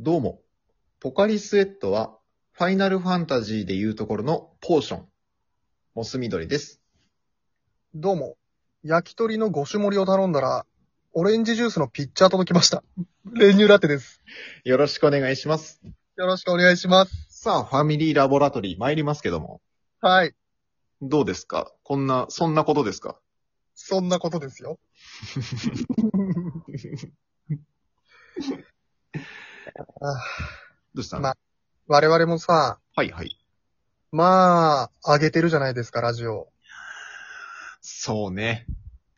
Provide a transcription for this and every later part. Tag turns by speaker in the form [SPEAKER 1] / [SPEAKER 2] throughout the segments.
[SPEAKER 1] どうも。ポカリスエットは、ファイナルファンタジーでいうところのポーション。モス緑です。
[SPEAKER 2] どうも。焼き鳥の5種盛りを頼んだら、オレンジジュースのピッチャー届きました。 練乳ラテです。
[SPEAKER 1] よろしくお願いします。
[SPEAKER 2] よろしくお願いします。
[SPEAKER 1] さあ、ファミリーラボラトリー参りますけども。
[SPEAKER 2] はい。
[SPEAKER 1] どうですかこんな、そんなことです か
[SPEAKER 2] そんなことですよ。あ
[SPEAKER 1] どうしたの、
[SPEAKER 2] ま我々もさ、
[SPEAKER 1] はいはい。
[SPEAKER 2] まあ、上げてるじゃないですか、ラジオ。
[SPEAKER 1] そうね。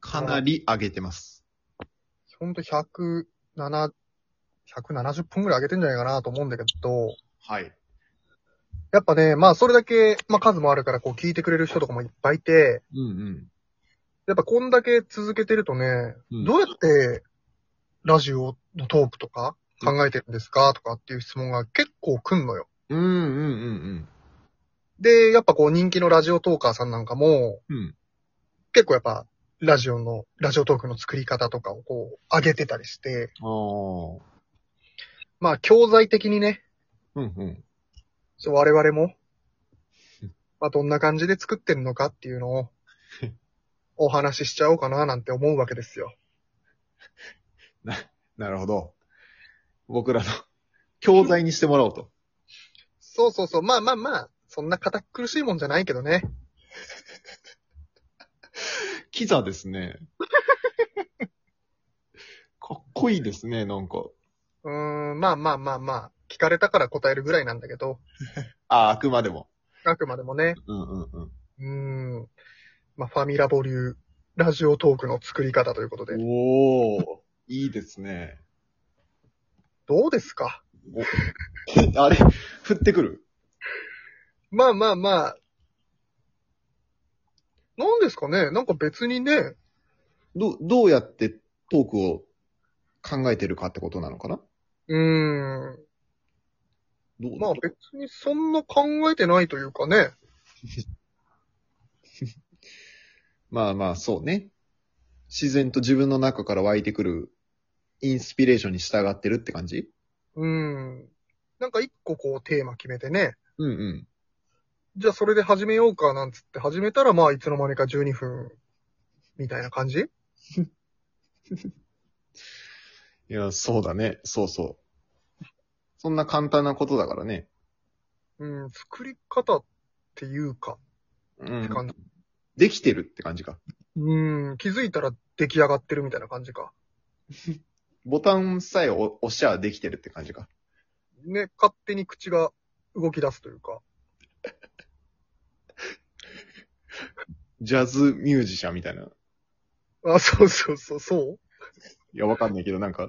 [SPEAKER 1] かなり上げてます。
[SPEAKER 2] ほんと107、170分ぐらい上げてんじゃないかなと思うんだけど、
[SPEAKER 1] はい。
[SPEAKER 2] やっぱね、まあそれだけ、まあ数もあるからこう聞いてくれる人とかもいっぱいいて、
[SPEAKER 1] うん
[SPEAKER 2] やっぱこんだけ続けてるとね、
[SPEAKER 1] うん
[SPEAKER 2] どうやってラジオのトークとか考えてるんですかとかっていう質問が結構来んのよ。
[SPEAKER 1] うん。うんうんうん
[SPEAKER 2] で、やっぱこう人気のラジオトーカーさんなんかも、
[SPEAKER 1] うん。うん。
[SPEAKER 2] 結構やっぱラジオの、ラジオトークの作り方とかをこう上げてたりして、
[SPEAKER 1] あー。
[SPEAKER 2] まあ教材的にね、
[SPEAKER 1] うんうん。
[SPEAKER 2] ちょ我々も、まあどんな感じで作ってるのかっていうのを、お話ししちゃおうかななんて思うわけですよ。
[SPEAKER 1] なるほど。僕らの 教材にしてもらおうと。
[SPEAKER 2] そうそうそう、まあまあまあ、そんな堅苦しいもんじゃないけどね。
[SPEAKER 1] キザですね。かっこいいですね、なんか。
[SPEAKER 2] うーん、まあまあまあまあ、聞かれたから答えるぐらいなんだけど、
[SPEAKER 1] あ、あくまでも。
[SPEAKER 2] あくまでもね、
[SPEAKER 1] うんうんうん。
[SPEAKER 2] うーん、まあファミラボ流、ラジオトークの作り方ということで、
[SPEAKER 1] おー、いいですね。
[SPEAKER 2] どうですか
[SPEAKER 1] あれ降ってくる
[SPEAKER 2] まあまあまあ、なんですかねなんか別にね、
[SPEAKER 1] ど、どうやってトークを考えてるかってことなのかな
[SPEAKER 2] うーん、
[SPEAKER 1] どう
[SPEAKER 2] まあ別にそんな考えてないというかね、
[SPEAKER 1] まあまあ、そうね。自然と自分の中から湧いてくるインスピレーションに従ってるって感じ
[SPEAKER 2] うーん、なんか一個こうテーマ決めてね、
[SPEAKER 1] うんうん。
[SPEAKER 2] じゃあそれで始めようかなんつって始めたら、まあいつの間にか12分、みたいな感じ
[SPEAKER 1] いや、そうだね。そうそう。そんな簡単なことだからね。
[SPEAKER 2] うん、作り方っていうか、
[SPEAKER 1] う
[SPEAKER 2] って感
[SPEAKER 1] ん
[SPEAKER 2] じ。
[SPEAKER 1] できてるって感じか。
[SPEAKER 2] うん、気づいたら出来上がってるみたいな感じか。
[SPEAKER 1] ボタンさえお押しゃできてるって感じか。
[SPEAKER 2] ね、勝手に口が動き出すというか。
[SPEAKER 1] ジャズミュージシャンみたいな。い
[SPEAKER 2] あ、そうそうそう、そう。
[SPEAKER 1] や、わかんないけど、なんか、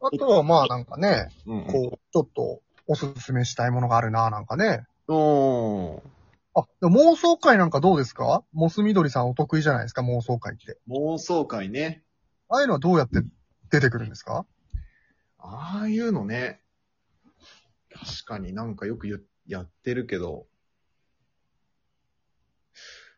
[SPEAKER 2] あとはまあなんかね、
[SPEAKER 1] うん、うん。
[SPEAKER 2] こう、ちょっとおすすめしたいものがあるな、なんかね。
[SPEAKER 1] おー
[SPEAKER 2] あ、でも妄想会なんかどうですかモス緑さんお得意じゃないですか、妄想会って。
[SPEAKER 1] 妄想会ね。
[SPEAKER 2] ああいうのはどうやって出てくるんですか
[SPEAKER 1] ああいうのね。確かになんかよくゆやってるけど。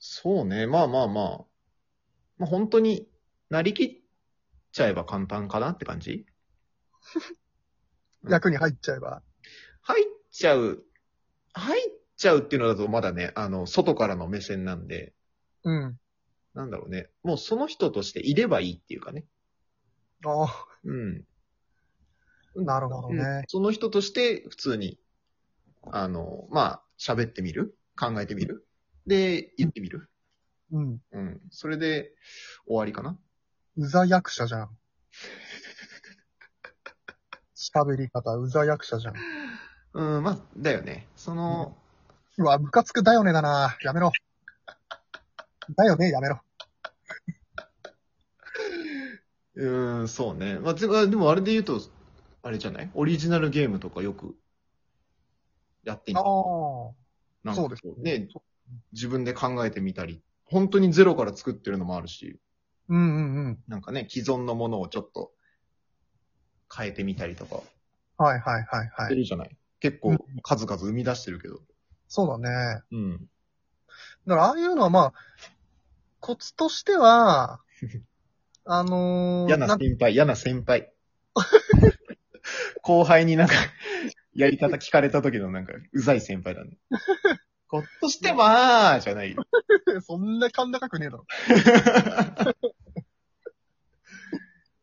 [SPEAKER 1] そうね。まあまあまあ。まあ本当になりきっちゃえば簡単かなって感じうん
[SPEAKER 2] 役に入っちゃえば。
[SPEAKER 1] 入っちゃう。入っちゃうっていうのだとまだね、あの、外からの目線なんで、
[SPEAKER 2] うん。
[SPEAKER 1] なんだろうね。もうその人としていればいいっていうかね。
[SPEAKER 2] あ
[SPEAKER 1] うん。
[SPEAKER 2] あ、なるほど
[SPEAKER 1] うん
[SPEAKER 2] ね。
[SPEAKER 1] その人として普通に、あの、まあ、喋ってみる考えてみるで、言ってみる
[SPEAKER 2] うん。
[SPEAKER 1] うん。それで、終わりかな
[SPEAKER 2] うざ役者じゃん。喋り方、うざ役者じゃん。
[SPEAKER 1] うん、まあ、だよね。その、
[SPEAKER 2] うわ、ムカつくだよねだな。やめろ。だよね、やめろ。
[SPEAKER 1] うん、そうね。まあ、つまあでもあれで言うと、あれじゃないオリジナルゲームとかよく、やっていた
[SPEAKER 2] あ
[SPEAKER 1] なんか
[SPEAKER 2] そうですね
[SPEAKER 1] ね、自分で考えてみたり、本当にゼロから作ってるのもあるし、
[SPEAKER 2] あ。うんうんうん。
[SPEAKER 1] なんかね、既存のものをちょっと変えてみたりとか、
[SPEAKER 2] はいはいはい
[SPEAKER 1] し
[SPEAKER 2] は
[SPEAKER 1] て
[SPEAKER 2] い。
[SPEAKER 1] るじゃない、結
[SPEAKER 2] う
[SPEAKER 1] 構
[SPEAKER 2] ん
[SPEAKER 1] 数々生み出してるけど。
[SPEAKER 2] そうだね。
[SPEAKER 1] うん。
[SPEAKER 2] だから、ああいうのはまあ、コツとして は、あのー、
[SPEAKER 1] 嫌な
[SPEAKER 2] なん
[SPEAKER 1] 先輩、嫌な先輩。後輩になんか、やり方聞かれた時のなんか、うざい先輩だね。こっとしては、じゃないよ。
[SPEAKER 2] そんな感高くねえだろ。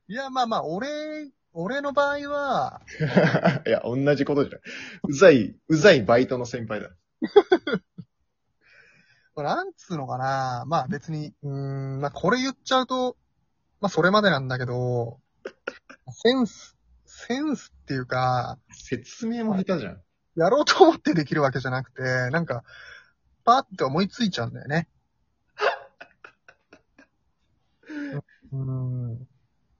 [SPEAKER 2] いや、まあまあ、俺、俺の場合は、
[SPEAKER 1] いや、同じことじゃない。うざい、うざいバイトの先輩だ。
[SPEAKER 2] なんつうのかな。まあ別に、うーん、まあこれ言っちゃうと、まあそれまでなんだけど、センス、センスっていうか、
[SPEAKER 1] 説明も下手じゃん。
[SPEAKER 2] やろうと思ってできるわけじゃなくて、なんか、パーって思いついちゃうんだよね。うーん。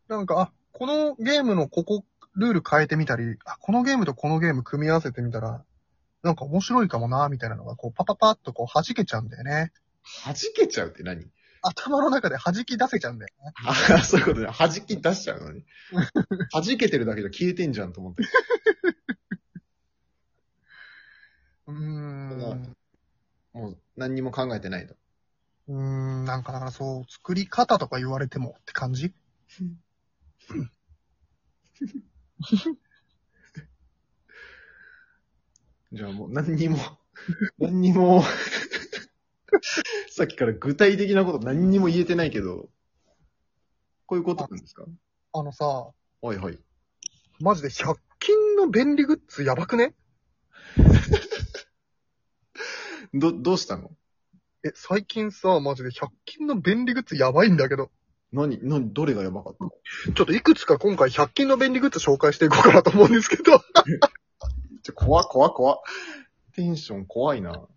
[SPEAKER 2] なんか、あ、このゲームのここ、ルール変えてみたり、あ、このゲームとこのゲーム組み合わせてみたら、なんか面白いかもな、みたいなのが、こう、パパパッとこう弾けちゃうんだよね。
[SPEAKER 1] 弾けちゃうって何
[SPEAKER 2] 頭の中で弾き出せちゃうんだよね。
[SPEAKER 1] ああ、 そういうことね。弾き出しちゃう のに。弾けてるだけじゃ消えてんじゃんと思って。
[SPEAKER 2] う
[SPEAKER 1] う
[SPEAKER 2] ー
[SPEAKER 1] ん
[SPEAKER 2] ん。
[SPEAKER 1] もう何にも考えてないと。
[SPEAKER 2] うーん、なんかだからそう、作り方とか言われてもって感じ
[SPEAKER 1] じゃあもう何にも、 何にも、 さっきから具体的なこと何にも言えてないけど、こういうことなんですか
[SPEAKER 2] あのさ、
[SPEAKER 1] はいはい。
[SPEAKER 2] マジで100均の便利グッズやばくね
[SPEAKER 1] ど、どうしたの
[SPEAKER 2] え、最近さ、マジで100均の便利グッズやばいんだけど。
[SPEAKER 1] 何、何、どれがやばかったの
[SPEAKER 2] ちょっといくつか今回100均の便利グッズ紹介していこうかなと思うんですけど。
[SPEAKER 1] ちょ、怖、怖、怖。テンション怖いな。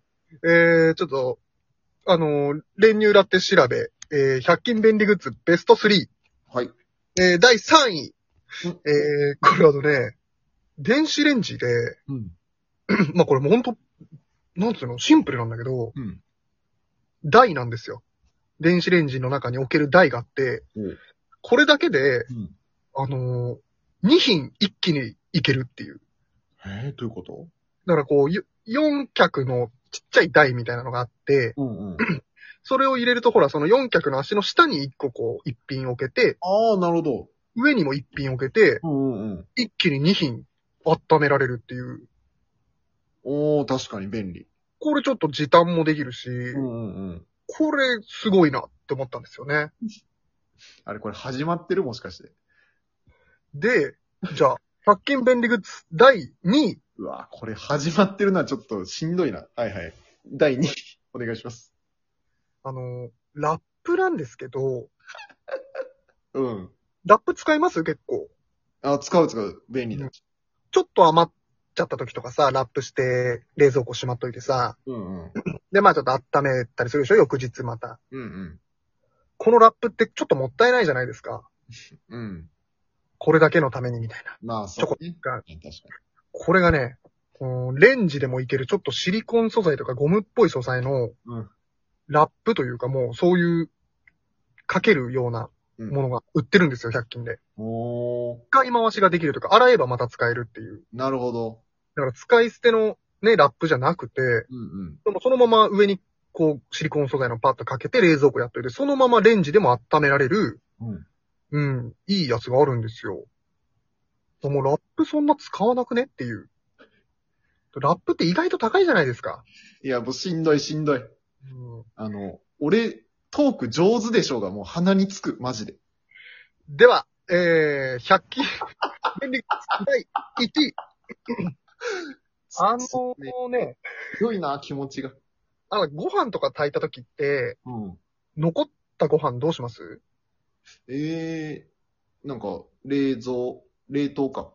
[SPEAKER 2] えー、ちょっと、あのー練乳ラテ調べ、えー、100均便利グッズベスト3。
[SPEAKER 1] はい。
[SPEAKER 2] えー、第3位
[SPEAKER 1] うん。
[SPEAKER 2] えー、これあのね、電子レンジで、
[SPEAKER 1] うん。
[SPEAKER 2] まあこれもうほんと、なんつうの、シンプルなんだけど、
[SPEAKER 1] うん。
[SPEAKER 2] 台なんですよ。電子レンジの中に置ける台があって
[SPEAKER 1] うん、
[SPEAKER 2] これだけで、
[SPEAKER 1] うん。
[SPEAKER 2] あのー、2品一気にいけるっていう。
[SPEAKER 1] えー、どういうこと
[SPEAKER 2] だからこう、よ4脚のちっちゃい台みたいなのがあって、
[SPEAKER 1] うんうん。
[SPEAKER 2] それを入れるとほら、その4脚の足の下に1個こう、1品置けて、
[SPEAKER 1] ああ、なるほど。
[SPEAKER 2] 上にも1品置けて、
[SPEAKER 1] うんうんうん。
[SPEAKER 2] 一気に2品温められるっていう。
[SPEAKER 1] おー、確かに便利。
[SPEAKER 2] これちょっと時短もできるし、
[SPEAKER 1] うんうんうん。
[SPEAKER 2] これすごいなって思ったんですよね。
[SPEAKER 1] あれ、これ始まってるもしかして。
[SPEAKER 2] で、じゃあ、100均便利グッズ第2位。
[SPEAKER 1] うわーこれ始まってるのはちょっとしんどいな。はいはい。第2位、お 願いします。
[SPEAKER 2] あのー、ラップなんですけど、
[SPEAKER 1] うん。
[SPEAKER 2] ラップ使います結構。
[SPEAKER 1] あ、使う使う。便利だ。
[SPEAKER 2] ちょっと余っちゃった時とかさ、ラップして冷蔵庫しまっといてさ、
[SPEAKER 1] うんうん。
[SPEAKER 2] で、まあちょっと温めたりするでしょ翌日また。
[SPEAKER 1] うんうん。
[SPEAKER 2] このラップってちょっともったいないじゃないですか。
[SPEAKER 1] うん。
[SPEAKER 2] これだけのためにみたいな。
[SPEAKER 1] まあ、そうね。
[SPEAKER 2] が
[SPEAKER 1] 確かに。
[SPEAKER 2] これがね、このレンジでもいけるちょっとシリコン素材とかゴムっぽい素材の
[SPEAKER 1] うん
[SPEAKER 2] ラップというかもうそういうかけるようなものが売ってるんですよ、100均で。
[SPEAKER 1] おー、
[SPEAKER 2] 使い回しができるというか、洗えばまた使えるっていう。
[SPEAKER 1] なるほど。
[SPEAKER 2] だから使い捨てのね、ラップじゃなくて、
[SPEAKER 1] うんうん。
[SPEAKER 2] でもそのまま上にこうシリコン素材のパッとかけて冷蔵庫やっといて、そのままレンジでも温められる、
[SPEAKER 1] うん。
[SPEAKER 2] うん、いいやつがあるんですよ。もうラップそんな使わなくねっていう。ラップって意外と高いじゃないですか。
[SPEAKER 1] いや、もうしんどいしんどい。
[SPEAKER 2] うん
[SPEAKER 1] あの、俺、トーク上手でしょうが、もう鼻につく、マジで。
[SPEAKER 2] では、えー、100均、便利第1位。あ
[SPEAKER 1] すご
[SPEAKER 2] のね、
[SPEAKER 1] いな、気持ちが。
[SPEAKER 2] あの、ご飯とか炊いた時って、
[SPEAKER 1] うん。
[SPEAKER 2] 残ったご飯どうします
[SPEAKER 1] ええー、なんか、冷蔵、冷凍か。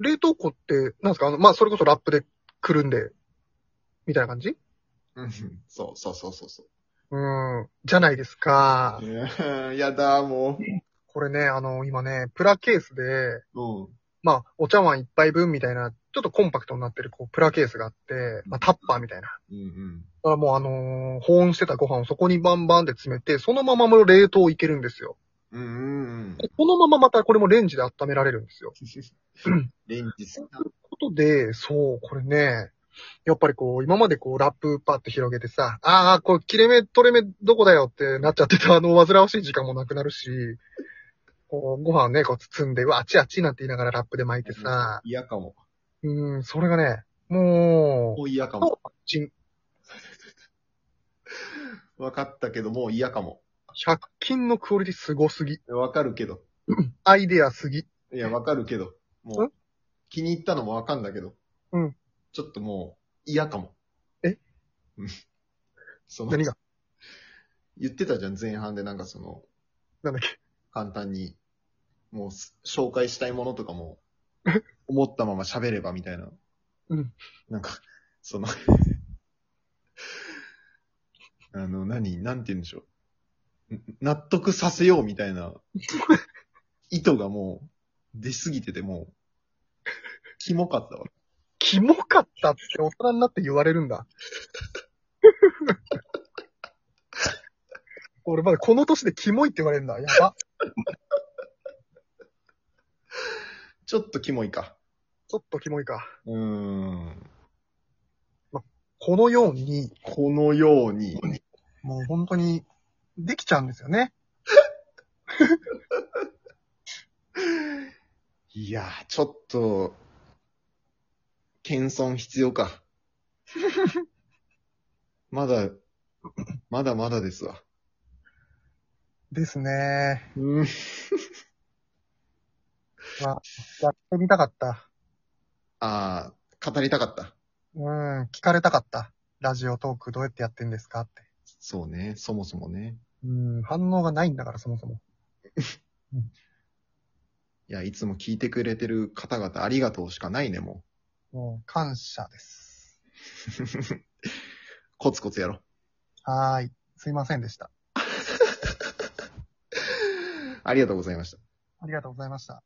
[SPEAKER 2] 冷凍庫って、なんですかあの、まあ、それこそラップでくるんで、みたいな感じ
[SPEAKER 1] うん。そうそうそうそうそう。
[SPEAKER 2] うん、じゃないですか。
[SPEAKER 1] え ーやだ、も
[SPEAKER 2] これね、あの、今ね、プラケースで、
[SPEAKER 1] う。うん。
[SPEAKER 2] まあ、お茶碗一杯分みたいな、ちょっとコンパクトになってる、こう、プラケースがあって、まあ、タッパーみたいな。
[SPEAKER 1] うんうん。
[SPEAKER 2] だからもうあのー保温してたご飯をそこにバンバンで詰めて、そのままもう冷凍いけるんですよ。
[SPEAKER 1] うんうんうん。
[SPEAKER 2] このまままたこれもレンジで温められるんですよ。
[SPEAKER 1] レンジ好きな。
[SPEAKER 2] ことで、そう、これね、やっぱりこう、今までこう、ラップパッと広げてさ、ああ、これ切れ目、取れ目どこだよってなっちゃってた、あの、煩わしい時間もなくなるし、こう、ご飯をね、こう包んで、うわ、あっちあっちなんて言いながらラップで巻いてさ、
[SPEAKER 1] 嫌かも。
[SPEAKER 2] うん、それがね、も
[SPEAKER 1] もう嫌か
[SPEAKER 2] う、
[SPEAKER 1] も。
[SPEAKER 2] ちん
[SPEAKER 1] 分かったけど、もう嫌かも。
[SPEAKER 2] 100均のクオリティすごすぎ。
[SPEAKER 1] 分かるけど。
[SPEAKER 2] アイデアすぎ。
[SPEAKER 1] いや、分かるけど。もう、気に入ったのも分かんだけど。
[SPEAKER 2] うん。
[SPEAKER 1] ちょっともう、嫌かも。
[SPEAKER 2] え
[SPEAKER 1] うん。その、
[SPEAKER 2] 何が
[SPEAKER 1] 言ってたじゃん、前半でなんかその、
[SPEAKER 2] なんだっけ
[SPEAKER 1] 簡単に、もうす、紹介したいものとかも、思ったまま喋ればみたいな。
[SPEAKER 2] うん。
[SPEAKER 1] なんか、その、あの、何、なんて言うんでしょう。ん納得させようみたいな、意図がもう、出すぎててもう、キモかったわ。
[SPEAKER 2] キモかったって大人になって言われるんだ。 俺まだこの年でキモいって言われるんだ。やば。
[SPEAKER 1] ちょっとキモいか。
[SPEAKER 2] ちょっとキモいか。
[SPEAKER 1] うーん。
[SPEAKER 2] このように、
[SPEAKER 1] このように、
[SPEAKER 2] もう本当に、できちゃうんですよね。
[SPEAKER 1] いやー、ちょっと、謙遜必要 か。まだ、まだまだですわ。
[SPEAKER 2] ですね。
[SPEAKER 1] うん。
[SPEAKER 2] やってみたかった。
[SPEAKER 1] あー、語りたかった。
[SPEAKER 2] うん、聞かれたかった。ラジオトークどうやってやってんですかって。
[SPEAKER 1] そうね、そもそもね。
[SPEAKER 2] うん、反応がないんだからそもそも。
[SPEAKER 1] いや、いつも聞いてくれてる方々ありがとうしかないね、も
[SPEAKER 2] もう、感謝です。
[SPEAKER 1] う。 コツコツやろ。
[SPEAKER 2] はーい。すいませんでした。
[SPEAKER 1] ありがとうございました。
[SPEAKER 2] ありがとうございました。